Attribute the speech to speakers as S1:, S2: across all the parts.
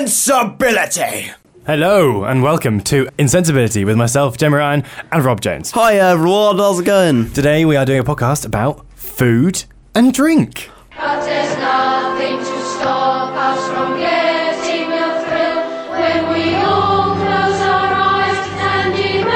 S1: Insensibility!
S2: Hello and welcome to Insensibility with myself, Gemma Ryan, and Rob Jones.
S3: Hi everyone, how's it going?
S2: Today we are doing a podcast about food and drink.
S4: But there's nothing to stop us from getting a thrill when we all close our eyes and imagine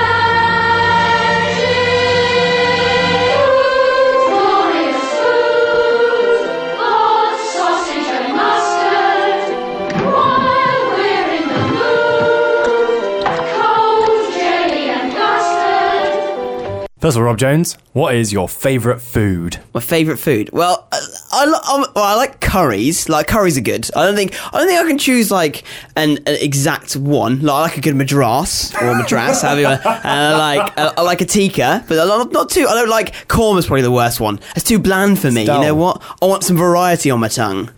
S4: glorious food, Lord, sausage and mustard, while we're in the mood, cold jelly and custard.
S2: First of all, Rob Jones, what is your favourite food?
S3: My favourite food. Well, I, I, lo- um, well, I like curries. Like curries are good. I don't think I don't think I can choose like an, an exact one. Like I like a good madras or madras, however you want. And I like I, I like a tikka, but I'm not, not too. I don't like korma's probably the worst one. It's too bland for me.
S2: dull.
S3: You know what? I want some variety on my tongue.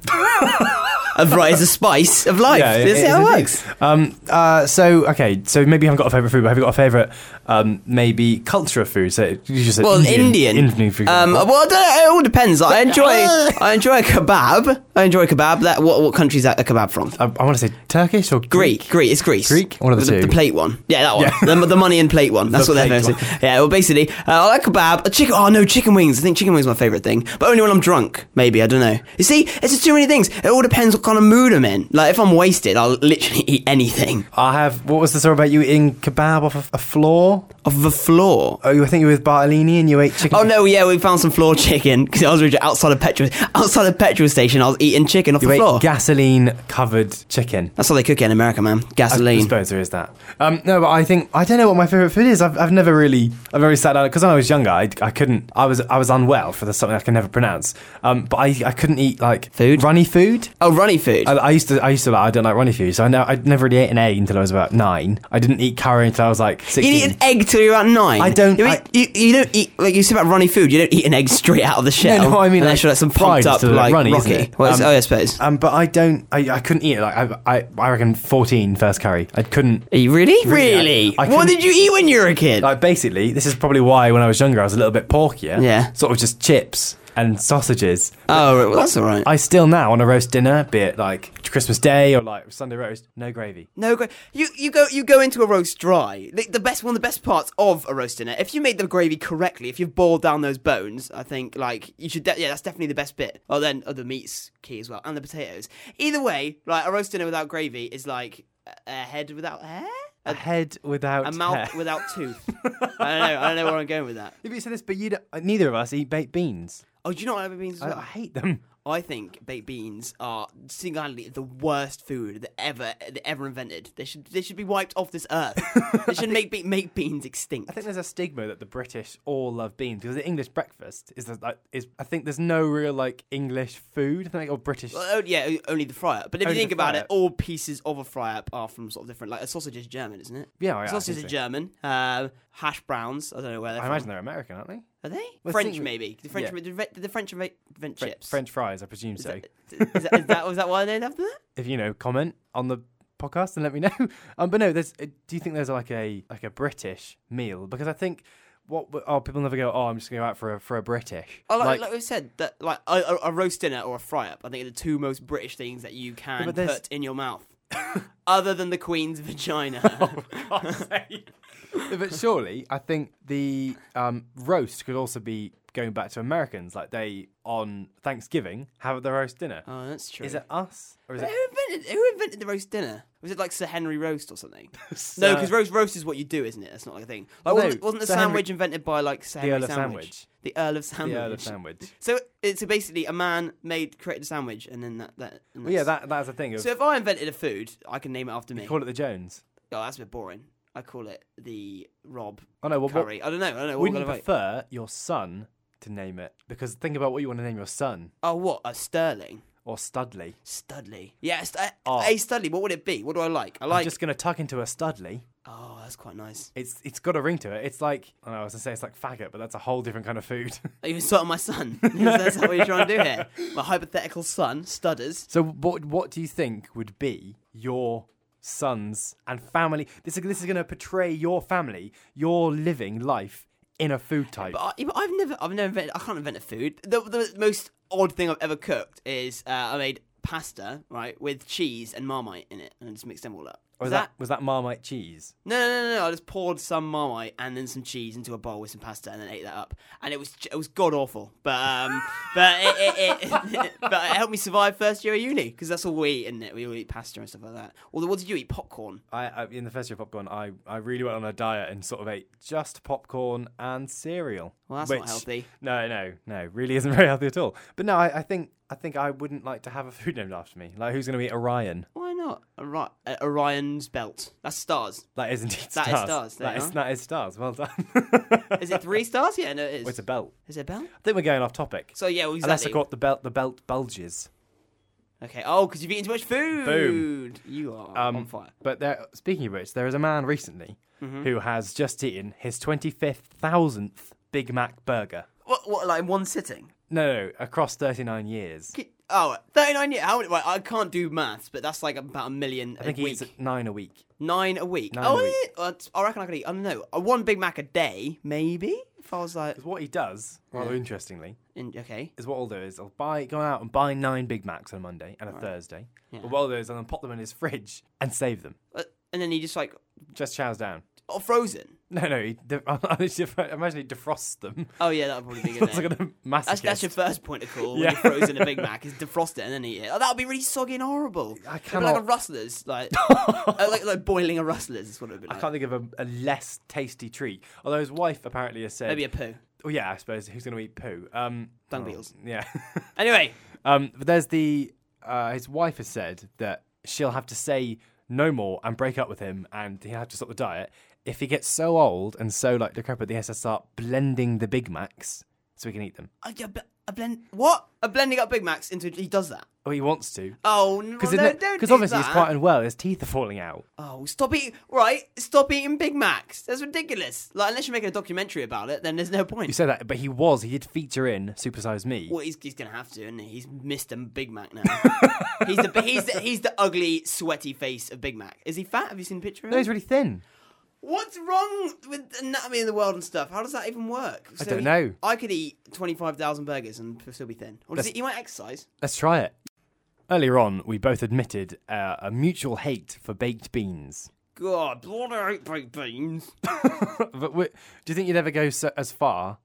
S3: a variety is a spice of life. this is how it works.
S2: Um, uh, so, okay, so maybe you haven't got a favourite food, but have you got a favourite, um, maybe culture of food? So, you just said
S3: Well,
S2: Indian.
S3: Indian.
S2: for
S3: um,
S2: example.
S3: well, I don't know, it all depends. I enjoy, I enjoy a kebab. I enjoy a kebab. That what, what country is that a kebab from?
S2: I, I want to say Turkish or Uh, Greek?
S3: uh, Greek, Greek, it's Greece.
S2: Greek? One of the
S3: the,
S2: two.
S3: plate one. Yeah, that one.
S2: Yeah.
S3: The, the money in plate one. That's
S2: The
S3: what they're
S2: plate
S3: famous. for. Yeah. Well, basically, uh, I like kebab. A chicken. Oh no, chicken wings. I think chicken wings is my favorite thing, but only when I'm drunk. Maybe I don't know. You see, it's just too many things. It all depends what kind of mood I'm in. Like if I'm wasted, I'll literally eat anything
S2: I have, what was the story about you eating kebab off of a floor?
S3: off the floor.
S2: Oh, you- I think you were with Bartolini and you ate chicken.
S3: Oh no, yeah, we found some floor chicken because I was really outside of petrol outside of petrol station. I was eating chicken off
S2: You
S3: the
S2: ate
S3: floor.
S2: gasoline covered chicken.
S3: That's how they cook it in America, man.
S2: I
S3: Gasoline.
S2: suppose there is that. Um, no, but I think I don't know what my favorite food is. I've, I've never really I've never really sat down because when I was younger, I, I couldn't. I was I was unwell for the, something I can never pronounce. Um, but I, I couldn't eat like
S3: Food?
S2: runny food.
S3: Oh, runny food.
S2: I, I used to I used to like, I don't like runny food, so I know I never really ate an egg until I was about nine. I didn't eat curry until I was like
S3: you
S2: sixteen.
S3: eat an egg till you're about nine.
S2: I don't-
S3: You,
S2: I-
S3: eat, you, you don't eat like you said about runny food. You don't eat an egg straight out of the shell.
S2: no, I mean,
S3: unless
S2: like,
S3: you're like some
S2: fried,
S3: pumped
S2: it's
S3: up
S2: sort of
S3: like
S2: runny, isn't
S3: Rocky.
S2: it?
S3: Well, it's-
S2: Um,
S3: oh, yeah, I suppose.
S2: Um, but I don't. I, I couldn't eat it. Like I, I I reckon fourteen first curry. I couldn't.
S3: Are you really?
S2: really, I- I couldn't-
S3: what did you eat when you were a kid?
S2: Like basically, this is probably why when I was younger I was a little bit porkier.
S3: Yeah.
S2: Sort of just chips and sausages.
S3: oh, right, well, that's all right.
S2: I still now on a roast dinner, be it like Christmas Day or like Sunday roast, no gravy.
S3: No, gra- you you go you go into a roast dry. The, the best one of the best parts of a roast dinner, if you made the gravy correctly, if you've boiled down those bones, I think like you should. De- yeah, that's definitely the best bit. Oh, then oh, the meat's key as well, and the potatoes. Either way, like a roast dinner without gravy is like a, a head without hair,
S2: A
S3: a,
S2: head without
S3: a mouth
S2: hair.
S3: without tooth. I don't know. I don't know where I'm going with that.
S2: If you said this, but you don't, neither of us eat baked beans.
S3: Oh, do you know what I have beans? As
S2: I,
S3: well?
S2: I hate them.
S3: I think baked beans are single-handedly the worst food that ever that ever invented. They should they should be wiped off this earth. They should make be- make beans extinct.
S2: I think there's a stigma that the British all love beans because the English breakfast is the, like is I think there's no real like English food I think or British.
S3: Well, oh, yeah, o- only the fry up. But if
S2: Only
S3: you think
S2: the
S3: about
S2: fry
S3: it,
S2: up.
S3: all pieces of a fry up are from sort of different. Like a sausage is German, isn't it?
S2: Oh, Yeah, yeah,
S3: sausage
S2: I
S3: is
S2: think so.
S3: German. Um, hash browns. I don't know where they're
S2: I
S3: from.
S2: imagine they're American, aren't they?
S3: Are they
S2: Well,
S3: French?
S2: think-
S3: maybe the French.
S2: yeah.
S3: Did the- did the French invent invent
S2: Fre-
S3: chips?
S2: French fries, I presume so.
S3: Is that, is that was that why they named after that?
S2: If you know, comment on the podcast and let me know. Um, but no, there's. uh, Do you think there's like a like a British meal? Because I think what oh people never go. Oh, I'm just going to go out for a for a British.
S3: Oh, like, like, we said, that like a, a, a roast dinner or a fry up, I think are the two most British things that you can
S2: but there's-
S3: put in your mouth, other than the Queen's
S2: Oh,
S3: vagina.
S2: but surely, I think the um, roast could also be going back to Americans. Like they on Thanksgiving have their roast dinner.
S3: oh, that's true.
S2: is it us or is
S3: But
S2: it?
S3: who invented who invented the roast dinner? Was it like Sir Henry Roast or something? no, because roast roast is what you do, isn't it? That's not like a thing. Like
S2: No,
S3: wasn't, wasn't the
S2: Sir Henry-
S3: sandwich invented by like Sir Henry
S2: Earl of Sandwich.
S3: The Earl of Sandwich.
S2: The Earl of Sandwich.
S3: So it's so basically a man made created a sandwich, and then that that. and
S2: Well, yeah,
S3: that's-
S2: that that's a thing. Of,
S3: So if I invented a food, I can name it after me.
S2: call it the Jones.
S3: Oh, that's a bit boring. I call it the Rob
S2: Oh no, well, what,
S3: Curry. I don't know. I don't know. What
S2: wouldn't
S3: we're
S2: you
S3: gonna vote.
S2: prefer your son to name it? Because think about what you want to name your son
S3: Oh, what a Sterling
S2: or Studley.
S3: Studley. Yeah, st- a,
S2: Oh.
S3: a Studley. What would it be? What do I like? I
S2: I'm
S3: like.
S2: just gonna tuck into a Studley.
S3: Oh, that's quite nice.
S2: It's it's got a ring to it. It's like I, know, I was gonna say it's like faggot, but that's a whole different kind of food.
S3: Are you insulting my son? That's not what you're trying to do here. My hypothetical son stutters.
S2: so what what do you think would be your sons and family? This is this is gonna portray your family, your living life in a food type.
S3: But I, yeah, but I've never, I've never invented. I can't invent a food. The, the most odd thing I've ever cooked is uh, I made pasta, right, with cheese and marmite in it, and I just mixed them all up.
S2: Or was
S3: Is
S2: Oh, that, was that Marmite cheese?
S3: No, no, no, no, no. I just poured some marmite and then some cheese into a bowl with some pasta and then ate that up, and it was j- it was god awful. But um, but it, it, it but it helped me survive first year of uni because that's all we eat, isn't it? We all eat pasta and stuff like that. Although, what did you eat? Popcorn.
S2: I, I in the first year of popcorn, I, I really went on a diet and sort of ate just popcorn and cereal.
S3: Well, that's not healthy.
S2: No, no, no, really isn't very healthy at all. But no, I, I think I think I wouldn't like to have a food named after me. Like, who's going to eat Orion?
S3: Why not Ori- uh, Orion's belt? That's stars.
S2: That is indeed
S3: That
S2: stars.
S3: is stars, there
S2: That
S3: you
S2: is,
S3: are.
S2: that is stars. Well done.
S3: Is it three stars? Yeah, no, it is.
S2: it's a belt.
S3: Is it a belt?
S2: I think we're going off topic.
S3: So yeah, well,
S2: Unless I
S3: exactly.
S2: caught the belt, the belt bulges.
S3: Okay. Oh, because you've eaten too much food. You are
S2: Um,
S3: on fire.
S2: But there, speaking of which, there is a man recently
S3: Mm-hmm.
S2: who has just eaten his twenty fifth thousandth Big Mac burger.
S3: What? What? Like in one sitting?
S2: No, no, across thirty nine years.
S3: Ki- Oh, 39 years. How many? Right, I can't do maths, but that's like about a million
S2: I think
S3: a
S2: he
S3: week.
S2: eats nine a week.
S3: Nine a week.
S2: Nine
S3: oh,
S2: a
S3: yeah.
S2: week.
S3: Well, it's- I reckon I could eat. I don't know. uh, One Big Mac a day, maybe. If I was like,
S2: 'Cause what he does, rather interestingly,
S3: in, okay,
S2: is what I'll do is I'll buy go out and buy nine Big Macs on a Monday and a Thursday. But what I'll do is I'll pop them in his fridge and save them.
S3: Uh, and then he just like,
S2: Just chows down.
S3: oh, frozen.
S2: No, no, he de- imagine he defrosts them.
S3: Oh yeah, that would probably be a good.
S2: That's
S3: idea.
S2: like a massive.
S3: That's, that's your first point of call.
S2: Yeah.
S3: When you're frozen a Big Mac is defrost it and then eat it. Oh, that would be really soggy and horrible.
S2: I
S3: It'd be like a
S2: cannot-
S3: rustlers, like, uh, like like boiling a rustlers is what it would be
S2: I
S3: like.
S2: can't think of a, a less tasty treat. Although his wife apparently has said,
S3: Maybe a poo.
S2: "Oh yeah, I suppose who's going to eat poo?" Um,
S3: Dung
S2: oh,
S3: beetles.
S2: Yeah.
S3: Anyway,
S2: um, but there's the uh, his wife has said that she'll have to say no more and break up with him, and he'll have to stop the diet if he gets so old and so like decrepit. He has to start blending the Big Macs so he can eat them.
S3: I, I, bl- I blend what? A blending up Big Macs into he does that.
S2: Oh, he wants to.
S3: Oh no!
S2: Because
S3: no, don't do
S2: obviously he's
S3: that.
S2: quite unwell. His teeth are falling out.
S3: Oh, stop eating! Right, stop eating Big Macs. That's ridiculous. Like, unless you're making a documentary about it, then there's no
S2: You
S3: point.
S2: said that, but he was. He did feature in Super Size Me.
S3: Well, he's, he's gonna have to, and he? he's Mr. Big Mac now. he's the he's the, he's the ugly, sweaty face of Big Mac. Is he fat? Have you seen a picture of
S2: No,
S3: him?
S2: he's really thin.
S3: What's wrong with the anatomy of the world and stuff? How does that even work? So
S2: don't
S3: he-
S2: know.
S3: I could eat twenty five thousand burgers and still be thin. Or does
S2: That's-
S3: he, he might exercise?
S2: Let's try it. Earlier on, we both admitted uh, a mutual hate for baked beans.
S3: God, bloody hate baked beans.
S2: But w do you think you'd ever go so, as far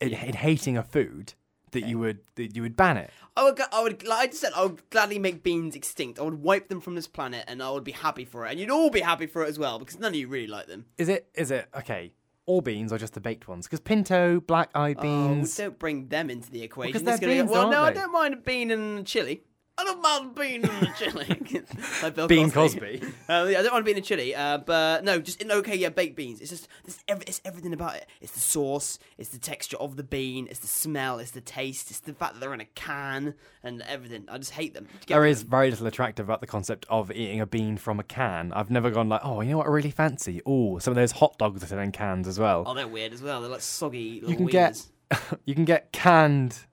S2: in, in hating a food that you would that you would ban it?
S3: I would, gla- I would, like I just said, I would gladly make beans extinct. I would wipe them from this planet, and I would be happy for it. And you'd all be happy for it as well, because none of you really like them.
S2: Is it is it okay? All beans or just the baked ones? Because pinto, black-eyed beans.
S3: Oh, don't bring them into the equation.
S2: 'cause they're
S3: It's gonna go-
S2: beans,
S3: well,
S2: aren't
S3: no,
S2: they?
S3: I don't mind a bean and chili. I don't mind a bean and a chili. like Bill
S2: Bean Cosby.
S3: Uh, yeah, I don't mind bean and chili, uh, but no, just in okay, yeah, baked beans. It's just there's ev- it's everything about it. It's the sauce, it's the texture of the bean, it's the smell, it's the taste, it's the fact that they're in a can and everything. I just hate them. Get
S2: there
S3: rid
S2: is very little attractive about the concept of eating a bean from a can. I've never gone like, oh, you know what I really fancy? Oh, some of those hot dogs that are in cans as well.
S3: Oh, they're weird as well. They're like soggy little
S2: you can
S3: wieners.
S2: get you can get canned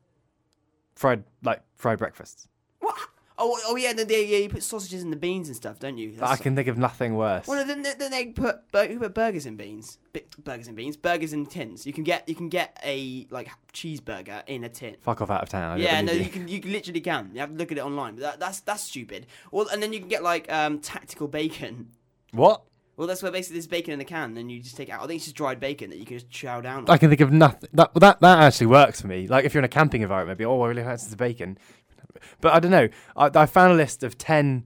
S2: fried like fried breakfasts.
S3: What? Oh, oh yeah, then they, yeah, you put sausages in the beans and stuff, don't you? That's
S2: I can think of nothing worse.
S3: Well, no, then, then they put bur- who put burgers in beans, Bi- burgers in beans, burgers in tins. You can get you can get a like cheeseburger in a tin.
S2: Fuck off out of town. I don't
S3: Yeah, no,
S2: believe
S3: you
S2: you.
S3: can you literally can. You have to look at it online. But that, that's that's stupid. Well, and then you can get like um, tactical bacon.
S2: What?
S3: Well, that's where basically there's bacon in a can, and you just take it out. I think it's just dried bacon that you can just chow down. on.
S2: I can think of nothing. That that that actually works for me. Like if you're in a camping environment, be oh, I really fancy the bacon. But I don't know. I, I found a list of ten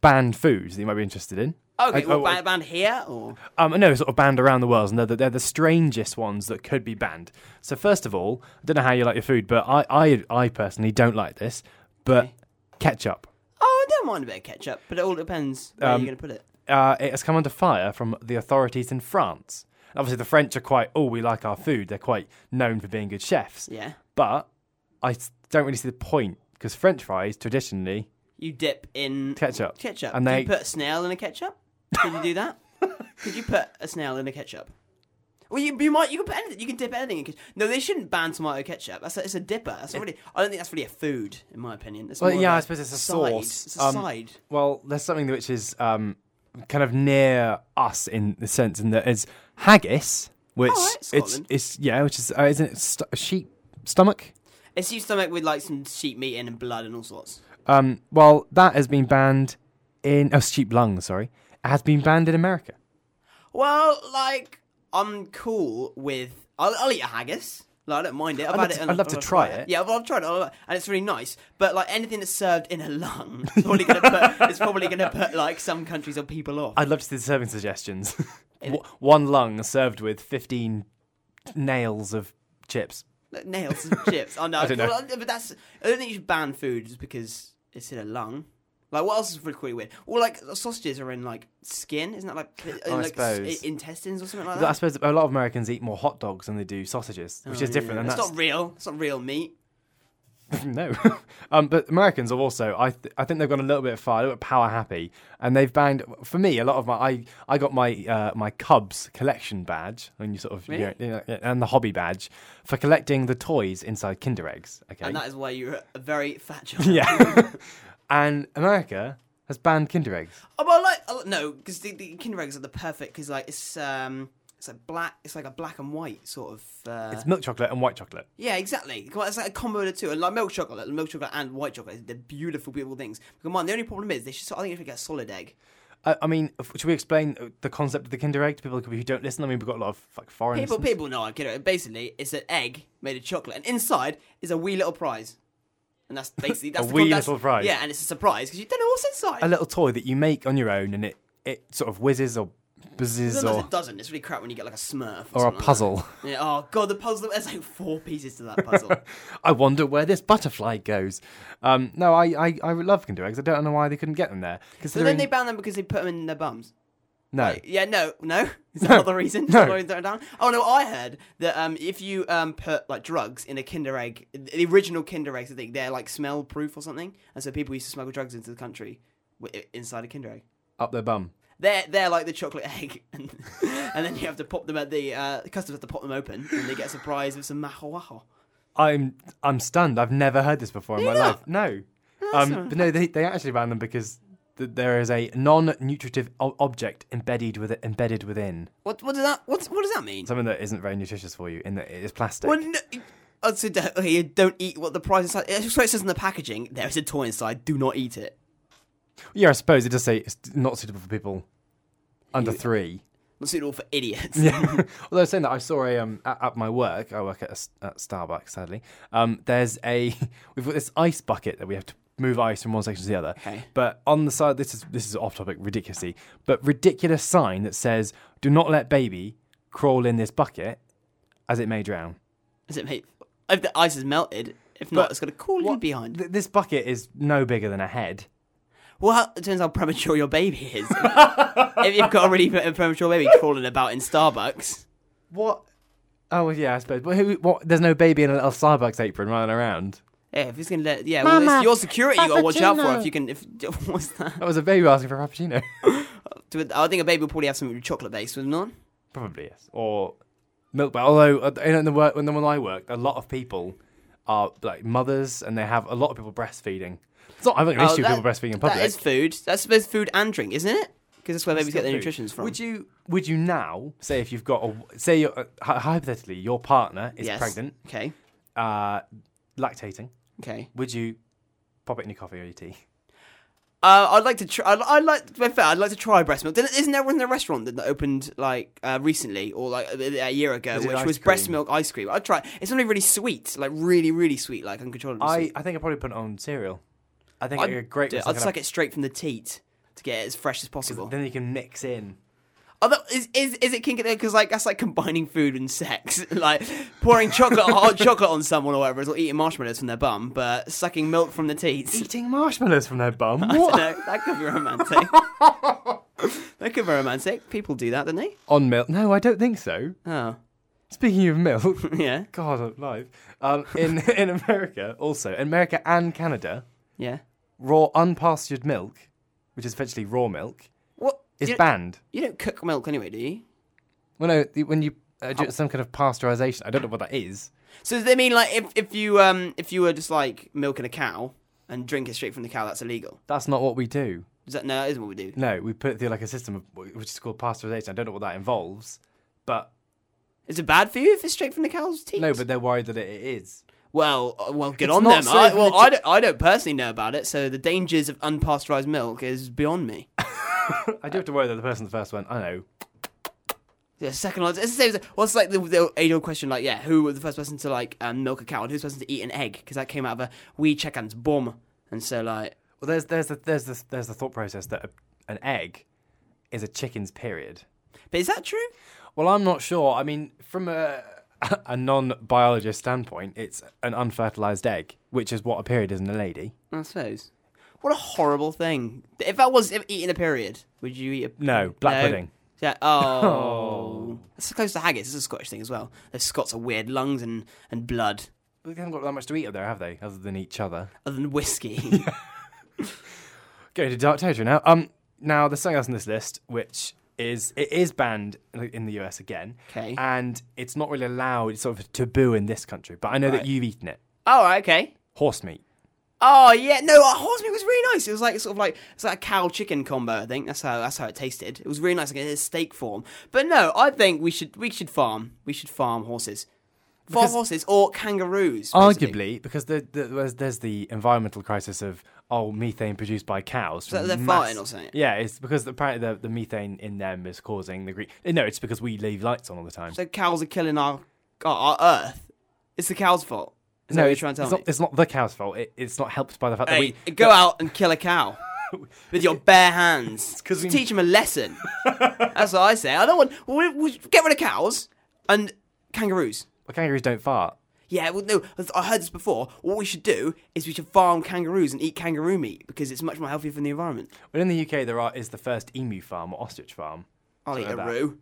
S2: banned foods that you might be interested in.
S3: okay,
S2: I-
S3: well,
S2: oh,
S3: ban- ban here or
S2: Um, no, sort of banned around the world, and they're the, they're the strangest ones that could be banned. So first of all, I don't know how you like your food, but I I, I personally don't like this. But ketchup.
S3: oh, I don't mind a bit of ketchup, but it all depends where
S2: Um,
S3: you're going to put it.
S2: uh, it has come under fire from the authorities in France. Obviously, the French are quite, oh, we like our food. They're quite known for being good chefs.
S3: Yeah,
S2: But I s- don't really see the point because French fries traditionally
S3: you dip in
S2: ketchup.
S3: ketchup.
S2: And
S3: Did
S2: they.
S3: you put a snail in a ketchup? Could you do that? Could you put a snail in a ketchup? Well, you, you might. You can put anything. You can dip anything in ketchup. No, they shouldn't ban tomato ketchup. That's a, it's a dipper. That's not really. I don't think that's really a food, in my opinion. It's
S2: Well,
S3: more of
S2: yeah,
S3: a
S2: I suppose it's a
S3: side.
S2: sauce.
S3: It's a
S2: Um,
S3: side.
S2: well, there's something which is um, kind of near us in the sense in that it's haggis, which
S3: Alright,
S2: it's,
S3: Oh, Scotland.
S2: it's, yeah, which is, uh, isn't it st- sheep stomach?
S3: It's your stomach with like some sheep meat in and blood and all sorts.
S2: Um, well, that has been banned in. Oh, sheep lungs, sorry. It has been banned in America.
S3: Well, like I'm cool with. I'll, I'll eat a haggis. Like, I don't mind it.
S2: I'd
S3: I've had
S2: love
S3: it.
S2: to-
S3: and
S2: I'd love to
S3: I've
S2: try
S3: tried
S2: it.
S3: Yeah, well, I've tried it, I've- and it's really nice. But like anything that's served in a lung, it's probably gonna put. it's probably gonna put like some countries or people off.
S2: I'd love to see the serving suggestions. W- One lung served with 15 nails of chips.
S3: Nails and chips. Oh no,
S2: I don't know.
S3: well, but that's. I don't think you should ban food just because it's in a lung. Like what else is really weird? Well, like sausages are in like skin, isn't that like in, like s-
S2: suppose.
S3: intestines or something like
S2: I
S3: that?
S2: suppose a lot of Americans eat more hot dogs than they do sausages, which is different. And
S3: Oh, It's
S2: that's
S3: not real. It's not real meat.
S2: No, um, but Americans have also. I th- I think they've gone a little bit far, a little bit power happy, and they've banned. For me, a lot of my I I got my uh, my Cubs collection badge, and you sort of you
S3: Really?
S2: know, yeah, and the hobby badge for collecting the toys inside Kinder eggs. Okay,
S3: And that is why you're a very fat child.
S2: yeah, and America has banned Kinder eggs.
S3: Oh, well, like oh, no, because the, the Kinder eggs are the perfect because like it's um it's like black, it's like a black and white sort of. Uh,
S2: It's milk chocolate and white chocolate.
S3: yeah, exactly. Come on, It's like a combo of the two, and like milk chocolate, milk chocolate and white chocolate. They're beautiful, beautiful things. But come on, the only problem is they should. I think they should get a solid egg.
S2: I, I mean, f- should we explain uh, the concept of the Kinder egg to people who don't listen? I mean, we've got a lot of like foreign.
S3: People,
S2: listeners.
S3: people know. I get it. Basically, it's an egg made of chocolate, and inside is a wee little prize. And that's basically that's
S2: A
S3: the
S2: wee
S3: con- that's-
S2: little prize.
S3: Yeah, and it's a surprise because you don't know what's inside.
S2: a little toy that you make on your own, and it it sort of whizzes or buzzes
S3: Sometimes
S2: or.
S3: it doesn't. It's really crap when you get like a Smurf or,
S2: Or a
S3: something like that.
S2: puzzle.
S3: yeah. Oh god, the puzzle. There's like four pieces to that puzzle.
S2: I wonder where this butterfly goes. Um, no, I, I, I love Kinder eggs. I don't know why they couldn't get them there.
S3: So
S2: Considering
S3: then they ban them because they put them in their bums.
S2: no,
S3: Yeah, no, no. Is that not the reason?
S2: No.
S3: Why they don't down? Oh no, I heard that um, if you um put like drugs in a Kinder egg, the original Kinder eggs, I think they're like smell proof or something, and so people used to smuggle drugs into the country wi- inside a Kinder egg.
S2: up their bum.
S3: They're they're like the chocolate egg, and, and then you have to pop them at the uh, the customers have to pop them open, and they get a surprise with some maho waho.
S2: I'm I'm stunned. I've never heard this before in my
S3: not?
S2: life. No, um, but no, they they actually banned them because th- there is a non-nutritive o- object embedded with embedded within
S3: What what does that what what does that mean?
S2: something that isn't very nutritious for you. In that it is plastic.
S3: Well, no, oh, so don't, okay, you don't eat what the prize inside. It so it says in the packaging there is a toy inside. Do not eat it.
S2: yeah, I suppose it does say it's not suitable for people under three.
S3: Not suitable for idiots.
S2: Yeah. Although saying that, I saw a um at, at my work. I work at, a s at Starbucks. Sadly, um, there's a we've got this ice bucket that we have to move ice from one section to the other.
S3: Okay.
S2: But on the side, this is this is off topic, ridiculously, but ridiculous sign that says, "Do not let baby crawl in this bucket, as it may drown."
S3: Is it mate? If the ice is melted, if not,
S2: But
S3: it's got a cool lid
S2: What-
S3: behind.
S2: Th- this bucket is no bigger than a head.
S3: Well, it turns out how premature your baby is. if you've got a really pre- premature baby crawling about in Starbucks,
S2: What? Oh well, yeah, I suppose. But who? What? There's no baby in a little Starbucks apron running around.
S3: yeah, if it's gonna let, yeah, well, it's
S1: Mama,
S3: your security you gotta watch out for.
S1: Frappuccino.
S3: If you can, if what's that?
S2: That was a baby asking for a frappuccino.
S3: Do- I think a baby will probably have something chocolate based, wouldn't it?
S2: Probably yes, or milk bar. Although uh, in the work, when the one I worked, a lot of people are like mothers, and they have a lot of people breastfeeding. It's not having an issue with people breastfeeding in public.
S3: Oh, That is food. That's both food and drink, isn't it? Because that's where babies get their
S2: Food.
S3: nutrition from.
S2: Would you? Would you now say if you've got a say you're, uh, hy- hypothetically your partner is
S3: Yes.
S2: pregnant,
S3: Okay.
S2: uh, lactating?
S3: Okay.
S2: Would you pop it in your coffee or your tea?
S3: Uh, I'd like to try. I'd, I'd like. To be fair, I'd like to try breast milk. Didn't- Isn't there one in a restaurant that opened like uh, recently or like a, a year ago,
S2: Is it
S3: which
S2: ice
S3: was breast
S2: cream?
S3: milk ice cream? I'd try. it. It's only really sweet, like really, really sweet, like uncontrollably.
S2: I,
S3: sweet.
S2: I think I probably put it on cereal. I think it'd be a great.
S3: do it.
S2: with some
S3: I'd
S2: kind
S3: suck
S2: of-
S3: it straight from the teat to get it as fresh as possible.
S2: Then you can mix in.
S3: Although, is is is it kinky though? Because like that's like combining food and sex, like pouring chocolate, hot chocolate on someone or whatever, is, or eating marshmallows from their bum, but sucking milk from the teat.
S2: Eating marshmallows from their bum.
S3: No,
S2: What?
S3: that could be romantic. that could be romantic. People do that, don't they?
S2: On milk? No, I don't think so.
S3: Oh,
S2: Speaking of milk,
S3: yeah,
S2: God alive. Um, in in America also, in America and Canada,
S3: yeah.
S2: raw unpastured milk, which is essentially raw milk,
S3: What
S2: is
S3: you,
S2: banned.
S3: you don't cook milk anyway, do you?
S2: Well, no, the- when you uh, do some kind of pasteurization, I don't know what that is.
S3: So does they mean like if, if you um if you were just like milking a cow and drink it straight from the cow, that's illegal?
S2: That's not what we do.
S3: Is that no? That isn't what we do.
S2: No, we put it through like a system of, which is called pasteurization. I don't know what that involves, but
S3: Is it bad for you if it's straight from the cow's teat?
S2: no, but they're worried that it is.
S3: Well, uh, well, good
S2: It's
S3: on
S2: not
S3: them.
S2: safe
S3: I,
S2: in
S3: well,
S2: the-
S3: I don't, I don't personally know about it, so the dangers of unpasteurized milk is beyond me.
S2: I do have to worry that the person that first went, I know.
S3: Yeah, second one. It's the same. as- Well, it's like the, the age-old question, like, yeah, who was the first person to like um, milk a cow and who's the first person to eat an egg? Because that came out of a wee chicken's bum, and so like,
S2: Well, there's there's the there's the there's the thought process that a, an egg is a chicken's period.
S3: but is that true?
S2: Well, I'm not sure. I mean, from a a non-biologist standpoint, it's an unfertilized egg, which is what a period is in a lady.
S3: I suppose. What a horrible thing! If that was if eating a period, would you eat a
S2: No, black pudding.
S3: Yeah. Oh, that's close to haggis. It's a Scottish thing as well. Those Scots are weird. Lungs and and blood,
S2: They haven't got that much to eat up there, have they? Other than each other.
S3: other than whiskey.
S2: Going to dark territory now. Um, now there's something else on this list which is it is banned in the US again.
S3: 'Kay.
S2: And it's not really allowed. It's sort of taboo in this country. But I know
S3: Right.
S2: that you've eaten it.
S3: All Oh, right. Okay.
S2: Horse meat.
S3: Oh yeah, no, uh, horse meat was really nice. It was like sort of like it's like a cow chicken combo. I think that's how that's how it tasted. It was really nice, like in a steak form. But no, I think we should we should farm we should farm horses, farm
S2: Because-
S3: horses or kangaroos. basically.
S2: Arguably, because the, the, there's, there's the environmental crisis of oh methane produced by cows.
S3: that
S2: from
S3: they're
S2: mass-
S3: farting or something?
S2: Yeah, it's because apparently the, the methane in them is causing the green. No, it's because we leave lights on all the time.
S3: so cows are killing our our, our earth. It's the cow's fault. Is that what you're
S2: it's,
S3: trying to tell
S2: it's
S3: me?
S2: not, it's not the cow's fault. It, it's not helped by the fact
S3: Hey,
S2: that we
S3: go out and kill a cow with your bare hands.
S2: 'cause we-
S3: Teach them a lesson. That's what I say. I don't want. We, we get rid of cows and kangaroos.
S2: well, kangaroos don't fart.
S3: Yeah, well, no, I heard this before. What we should do is we should farm kangaroos and eat kangaroo meat because it's much more healthy for the environment.
S2: But in the UK, there are is the first emu farm or ostrich farm.
S3: I'll eat a
S2: Something like that.
S3: roo.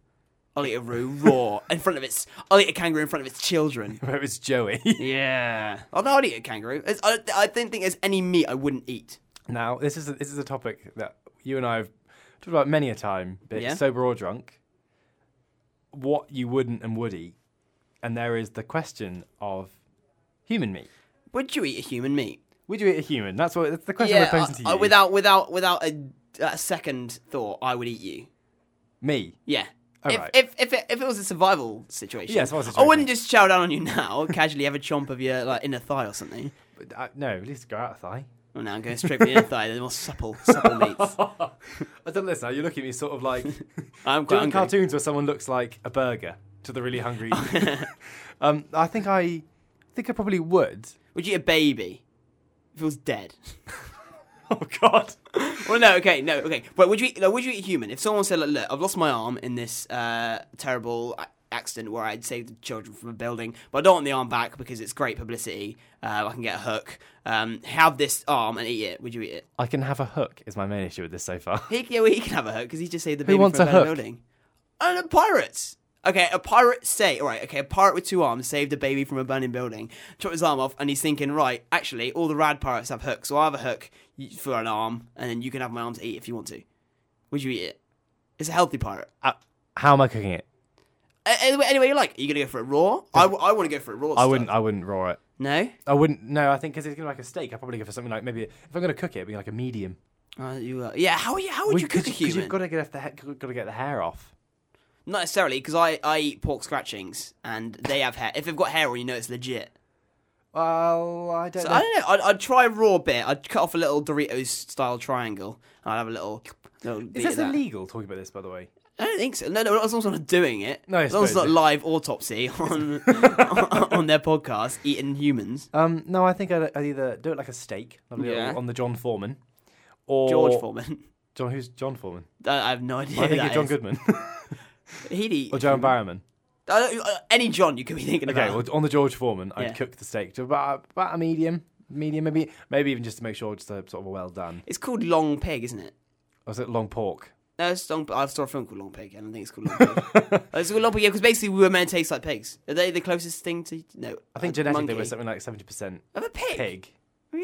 S3: I'll eat a roo raw in front of its. I'll eat a kangaroo in front of its children.
S2: Where it was Joey.
S3: Yeah. Although Oh, I'd eat a kangaroo. It's, I, I don't think there's any meat I wouldn't eat.
S2: now this is a, this is a topic that you and I have talked about many a time, but
S3: Yeah.
S2: sober or drunk. What you wouldn't and would eat, and there is the question of human meat.
S3: Would you eat a human meat?
S2: Would you eat a human? That's what that's the question we're posing to
S3: I-
S2: you.
S3: I- without without without a, a second thought, I would eat you.
S2: me.
S3: Yeah.
S2: All
S3: if,
S2: right.
S3: if if it, if it was a survival situation,
S2: Yeah, survival
S3: I wouldn't
S2: situation.
S3: just chow down on you now, casually have a chomp of your like inner thigh or something.
S2: But, uh, no, at least go out a thigh.
S3: Oh, no, I'm going straight for the inner thigh. They're more supple, supple meats.
S2: I don't listen. You're looking at me sort of like
S3: I'm quite
S2: doing
S3: hungry.
S2: cartoons where someone looks like a burger to the really hungry. um, I think I, I think I probably would.
S3: Would you eat a baby if it was dead?
S2: Oh God.
S3: well, no, okay, no, okay. But would you eat, like, would you eat a human? If someone said, like, look, I've lost my arm in this uh, terrible a- accident where I'd saved children from a building, but I don't want the arm back because it's great publicity. Uh, I can get a hook. Um, have this arm and eat it. Would you eat it?
S2: I can have a hook. Is my main issue with this so far.
S3: He, yeah, well, he can have a hook because he just saved the baby
S2: wants
S3: from a,
S2: a
S3: burning
S2: hook?
S3: building. And a pirate. Okay, a pirate say, all right, okay, a pirate with two arms saved a baby from a burning building, chopped his arm off, and he's thinking, right, actually, all the rad pirates have hooks, so I have a hook y- for an arm, and then you can have my arm to eat if you want to. Would you eat it? It's a healthy pirate.
S2: Uh, how am I cooking it?
S3: A- Anyway, anyway you like, are you going to go for it raw? I, w- I want to go for it raw.
S2: I wouldn't. I wouldn't raw it.
S3: No?
S2: I wouldn't. No, I think because it's gonna be like a steak. I probably go for something like maybe if I'm gonna cook it, it'd be like a medium.
S3: Uh, you, uh, yeah, how, are you, how would you cook a
S2: Because
S3: human?
S2: you've got to get off the he- got to get the hair off.
S3: Not necessarily, because I, I eat pork scratchings, and they have hair. If they've got hair on, you know it's legit.
S2: Well, I don't.
S3: So
S2: know.
S3: I don't know. I'd, I'd try a raw bit. I'd cut off a little Doritos style triangle, and I'd have a little. little
S2: Is
S3: bit
S2: this
S3: of that.
S2: illegal? Talking about this, by the way.
S3: I don't think so. No, no, as long as I'm not doing it.
S2: No, I
S3: as long as it's not
S2: suppose.
S3: live autopsy on on their podcast, eating humans.
S2: Um, no, I think I'd, I'd either do it like a steak, like a little-
S3: Yeah.
S2: on the John Foreman, or
S3: George Foreman.
S2: John, who's John Foreman?
S3: I I have no idea.
S2: I
S3: who
S2: think it's
S3: that
S2: John
S3: is.
S2: Goodman
S3: He'd eat.
S2: or John Barrowman.
S3: I don't- uh, any John you could be thinking
S2: Okay,
S3: about.
S2: well, on the George Foreman, I'd
S3: Yeah.
S2: cook the steak to about about a medium, medium maybe, maybe even just to make sure it's a, sort of a well done.
S3: it's called Long Pig, isn't it?
S2: Or was it long pork?
S3: No, it's Long. I saw a film called Long Pig. I don't think it's called Long Pig. Uh, it's called Long Pig, yeah, because basically we were meant to taste like pigs. Are they the closest thing to no? uh,
S2: I think genetically
S3: monkey.
S2: we're something like seventy percent
S3: Of a pig.
S2: pig,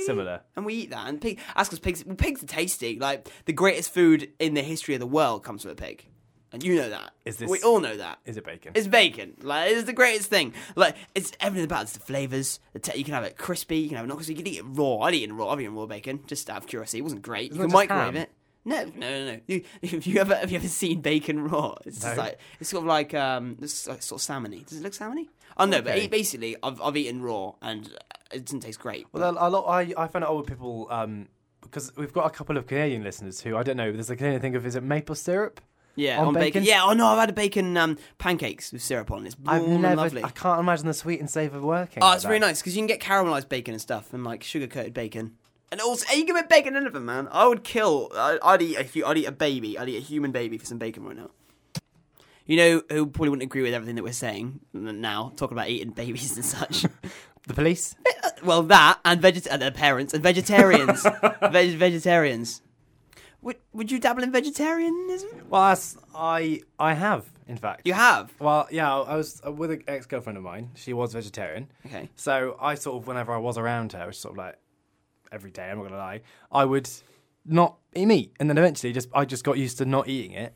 S2: similar.
S3: and we eat that. And pig, that's because pigs, well, pigs are tasty. Like the greatest food in the history of the world comes from a pig, and you know that.
S2: Is this-
S3: We all know that.
S2: Is it bacon?
S3: It's bacon. Like it's the greatest thing. Like it's everything about it. it's the flavors. The te- you can have it crispy. You can have it not crispy. You can eat it raw. I'd eat it raw. I've eaten raw bacon just out of curiosity. It wasn't great.
S2: Isn't
S3: you
S2: it
S3: can
S2: just
S3: microwave
S2: ham?
S3: it. No, no, no, no. You, have you ever have you ever seen bacon raw? It's just
S2: No.
S3: like it's sort of like um, it's like sort of salmony. Does it look salmony? Oh no, but
S2: Okay.
S3: it- basically, I've I've eaten raw and it doesn't taste great.
S2: Well, a lot. I I found out older people um because we've got a couple of Canadian listeners who I don't know. There's a Canadian thing of is it maple syrup?
S3: yeah,
S2: on
S3: on, bacon?
S2: bacon?
S3: Yeah. Oh no, I've had a bacon um, pancakes with syrup on. It's warm
S2: I've
S3: and
S2: never.
S3: lovely.
S2: I can't imagine the sweet and savor working.
S3: Oh,
S2: like
S3: it's really
S2: that.
S3: nice because you can get caramelized bacon and stuff, and like sugar coated bacon. And also, you can make bacon anything, man. I would kill. I, I'd eat a hu- I'd eat a baby. I'd eat a human baby for some bacon right now. You know who probably wouldn't agree with everything that we're saying now, talking about eating babies and such.
S2: The police.
S3: well, that and veget and their parents and vegetarians, Veg- vegetarians. Would would you dabble in vegetarianism?
S2: Well, that's, I I have in fact.
S3: You have.
S2: Well, yeah, I was with an ex girlfriend of mine. She was vegetarian.
S3: Okay.
S2: So I sort of, whenever I was around her, which is sort of like every day, I'm not gonna lie, I would not eat meat, and then eventually, just I just got used to not eating it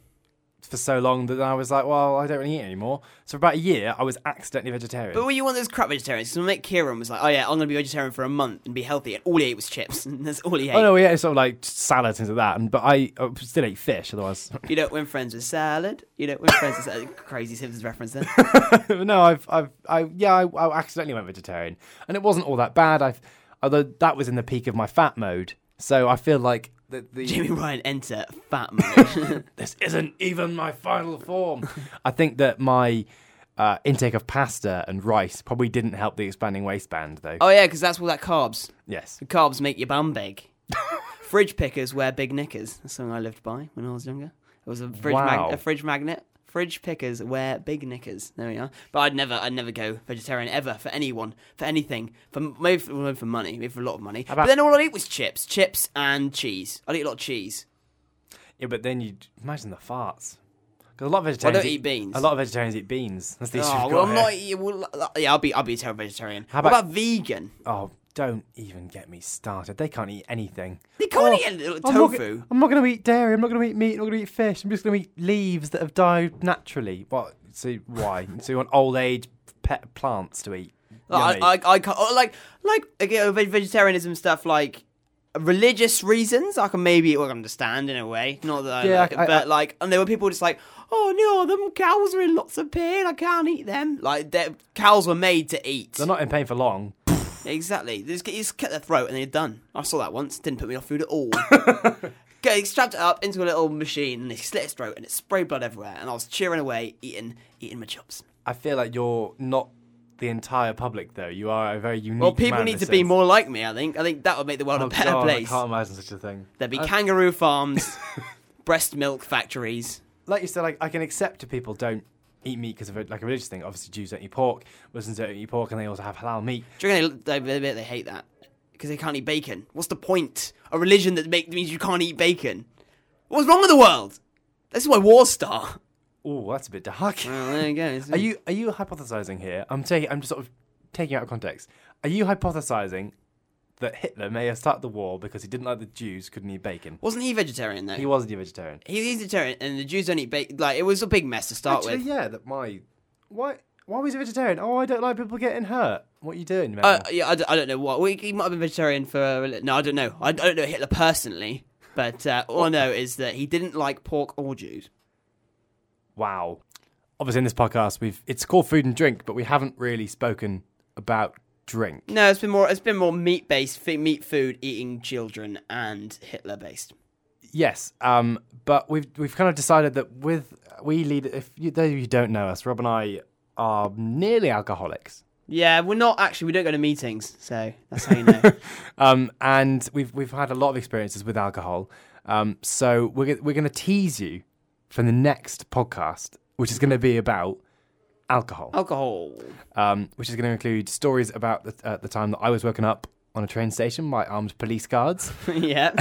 S2: for so long that I was like, well, I don't really eat it anymore. So for about a year, I was accidentally vegetarian.
S3: But were you one of those crap vegetarians? Because my mate Kieran was like, "Oh yeah, I'm gonna be vegetarian for a month and be healthy," and all he ate was chips, and that's all he ate.
S2: Oh no, yeah, sort of like salads and things like that. And but I, I still ate fish otherwise.
S3: You don't win friends with salad. You don't win friends with salad. Crazy Simpsons reference there.
S2: no, I've, I've, I, yeah, I, I accidentally went vegetarian, and it wasn't all that bad. I've, although that was in the peak of my fat mode, so I feel like the, the
S3: Jamie Ryan enter fat mode.
S2: this isn't even my final form. I think that my uh, intake of pasta and rice probably didn't help the expanding waistband, though.
S3: oh yeah, because that's all that carbs.
S2: Yes,
S3: The carbs make your bum big. fridge pickers wear big knickers. That's something I lived by when I was younger. It was a fridge,
S2: Wow.
S3: mag- a fridge magnet. Fridge pickers wear big knickers. There we are. But I'd never, I'd never go vegetarian ever for anyone, for anything, for maybe for, maybe for money, maybe for a lot of money.
S2: about-
S3: But then all I'd eat was chips, chips and cheese. I'd eat a lot of cheese.
S2: yeah, but then you imagine the farts. 'Cause a lot of
S3: I
S2: vegetarians
S3: don't eat beans.
S2: A lot of vegetarians eat beans. That's the issue.
S3: Oh,
S2: we've
S3: well,
S2: got
S3: I'm
S2: here.
S3: not. Yeah, well, uh, yeah, I'll be. I'll be a terrible vegetarian. How
S2: about-
S3: about, vegan?
S2: Oh, don't even get me started. They can't eat anything.
S3: They can't
S2: Oh,
S3: eat any-
S2: I'm not
S3: tofu.
S2: go- I'm not going to eat dairy. I'm not going to eat meat. I'm not going to eat fish. I'm just going to eat leaves that have died naturally. What? So why? so you want old age pet plants to eat?
S3: Like,
S2: Yummy.
S3: I, I, I can't. oh, Like, like again, veg- vegetarianism stuff. Like religious reasons, I can maybe well, understand in a way. Not that, I
S2: Yeah,
S3: like it,
S2: I- I-
S3: but like, and there were people just like, oh no, them cows are in lots of pain. I can't eat them. Like, their- cows were made to eat.
S2: They're not in pain for long.
S3: Exactly. They just, you just cut their throat and they're done. I saw that once. Didn't put me off food at all. Okay, they strapped it up into a little machine and they slit its throat and it sprayed blood everywhere. And I was cheering away, eating, eating my chops.
S2: I feel like you're not the entire public though. You are a very unique.
S3: Well, people
S2: man,
S3: need to
S2: this
S3: be
S2: is.
S3: more like me. I think. I think that would make the world
S2: Oh,
S3: a better
S2: God,
S3: place.
S2: I can't imagine such a thing.
S3: There'd be kangaroo farms, breast milk factories.
S2: Like you said, like I can accept if people don't eat meat because of it, like a religious thing. Obviously, Jews don't eat pork. Muslims don't eat pork, and they also have halal meat.
S3: Do you reckon they, they, they, they hate that because they can't eat bacon? What's the point? A religion that make, means you can't eat bacon. What's wrong with the world? This is why wars start.
S2: Oh, that's a bit dark.
S3: Well, there you go. It's-
S2: Are you are you hypothesizing here? I'm taking I'm just sort of taking out of context. Are you hypothesizing that Hitler may have started the war because he didn't like the Jews couldn't eat bacon?
S3: Wasn't he vegetarian though?
S2: He wasn't a vegetarian.
S3: He's vegetarian, and the Jews don't eat bacon. Like it was a big mess to start
S2: Actually,
S3: with.
S2: yeah, that my why why was he vegetarian? Oh, I don't like people getting hurt. What are you doing, man?
S3: Uh, yeah, I, d- I don't know what. Well, he might have been vegetarian for. reli- No, I don't know. I don't know Hitler personally, but uh, all I know is that he didn't like pork or Jews.
S2: wow. Obviously, in this podcast, we've it's called food and drink, but we haven't really spoken about drink.
S3: No, it's been more. It's been more meat based, meat food, eating children, and Hitler based.
S2: Yes, um, but we've we've kind of decided that with we lead. If you, though you don't know us, Rob and I are nearly alcoholics.
S3: Yeah, we're not actually. We don't go to meetings, so that's how you know.
S2: um, and we've we've had a lot of experiences with alcohol. Um, so we're go- we're going to tease you from the next podcast, which is going to be about alcohol,
S3: Oh. Alcohol.
S2: um, which is going to include stories about the, uh, the time that I was woken up on a train station by armed police guards,
S3: yeah.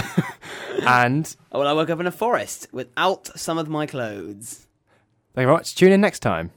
S2: and
S3: Oh, Well, I woke up in a forest without some of my clothes.
S2: thank you very much. Tune in next time.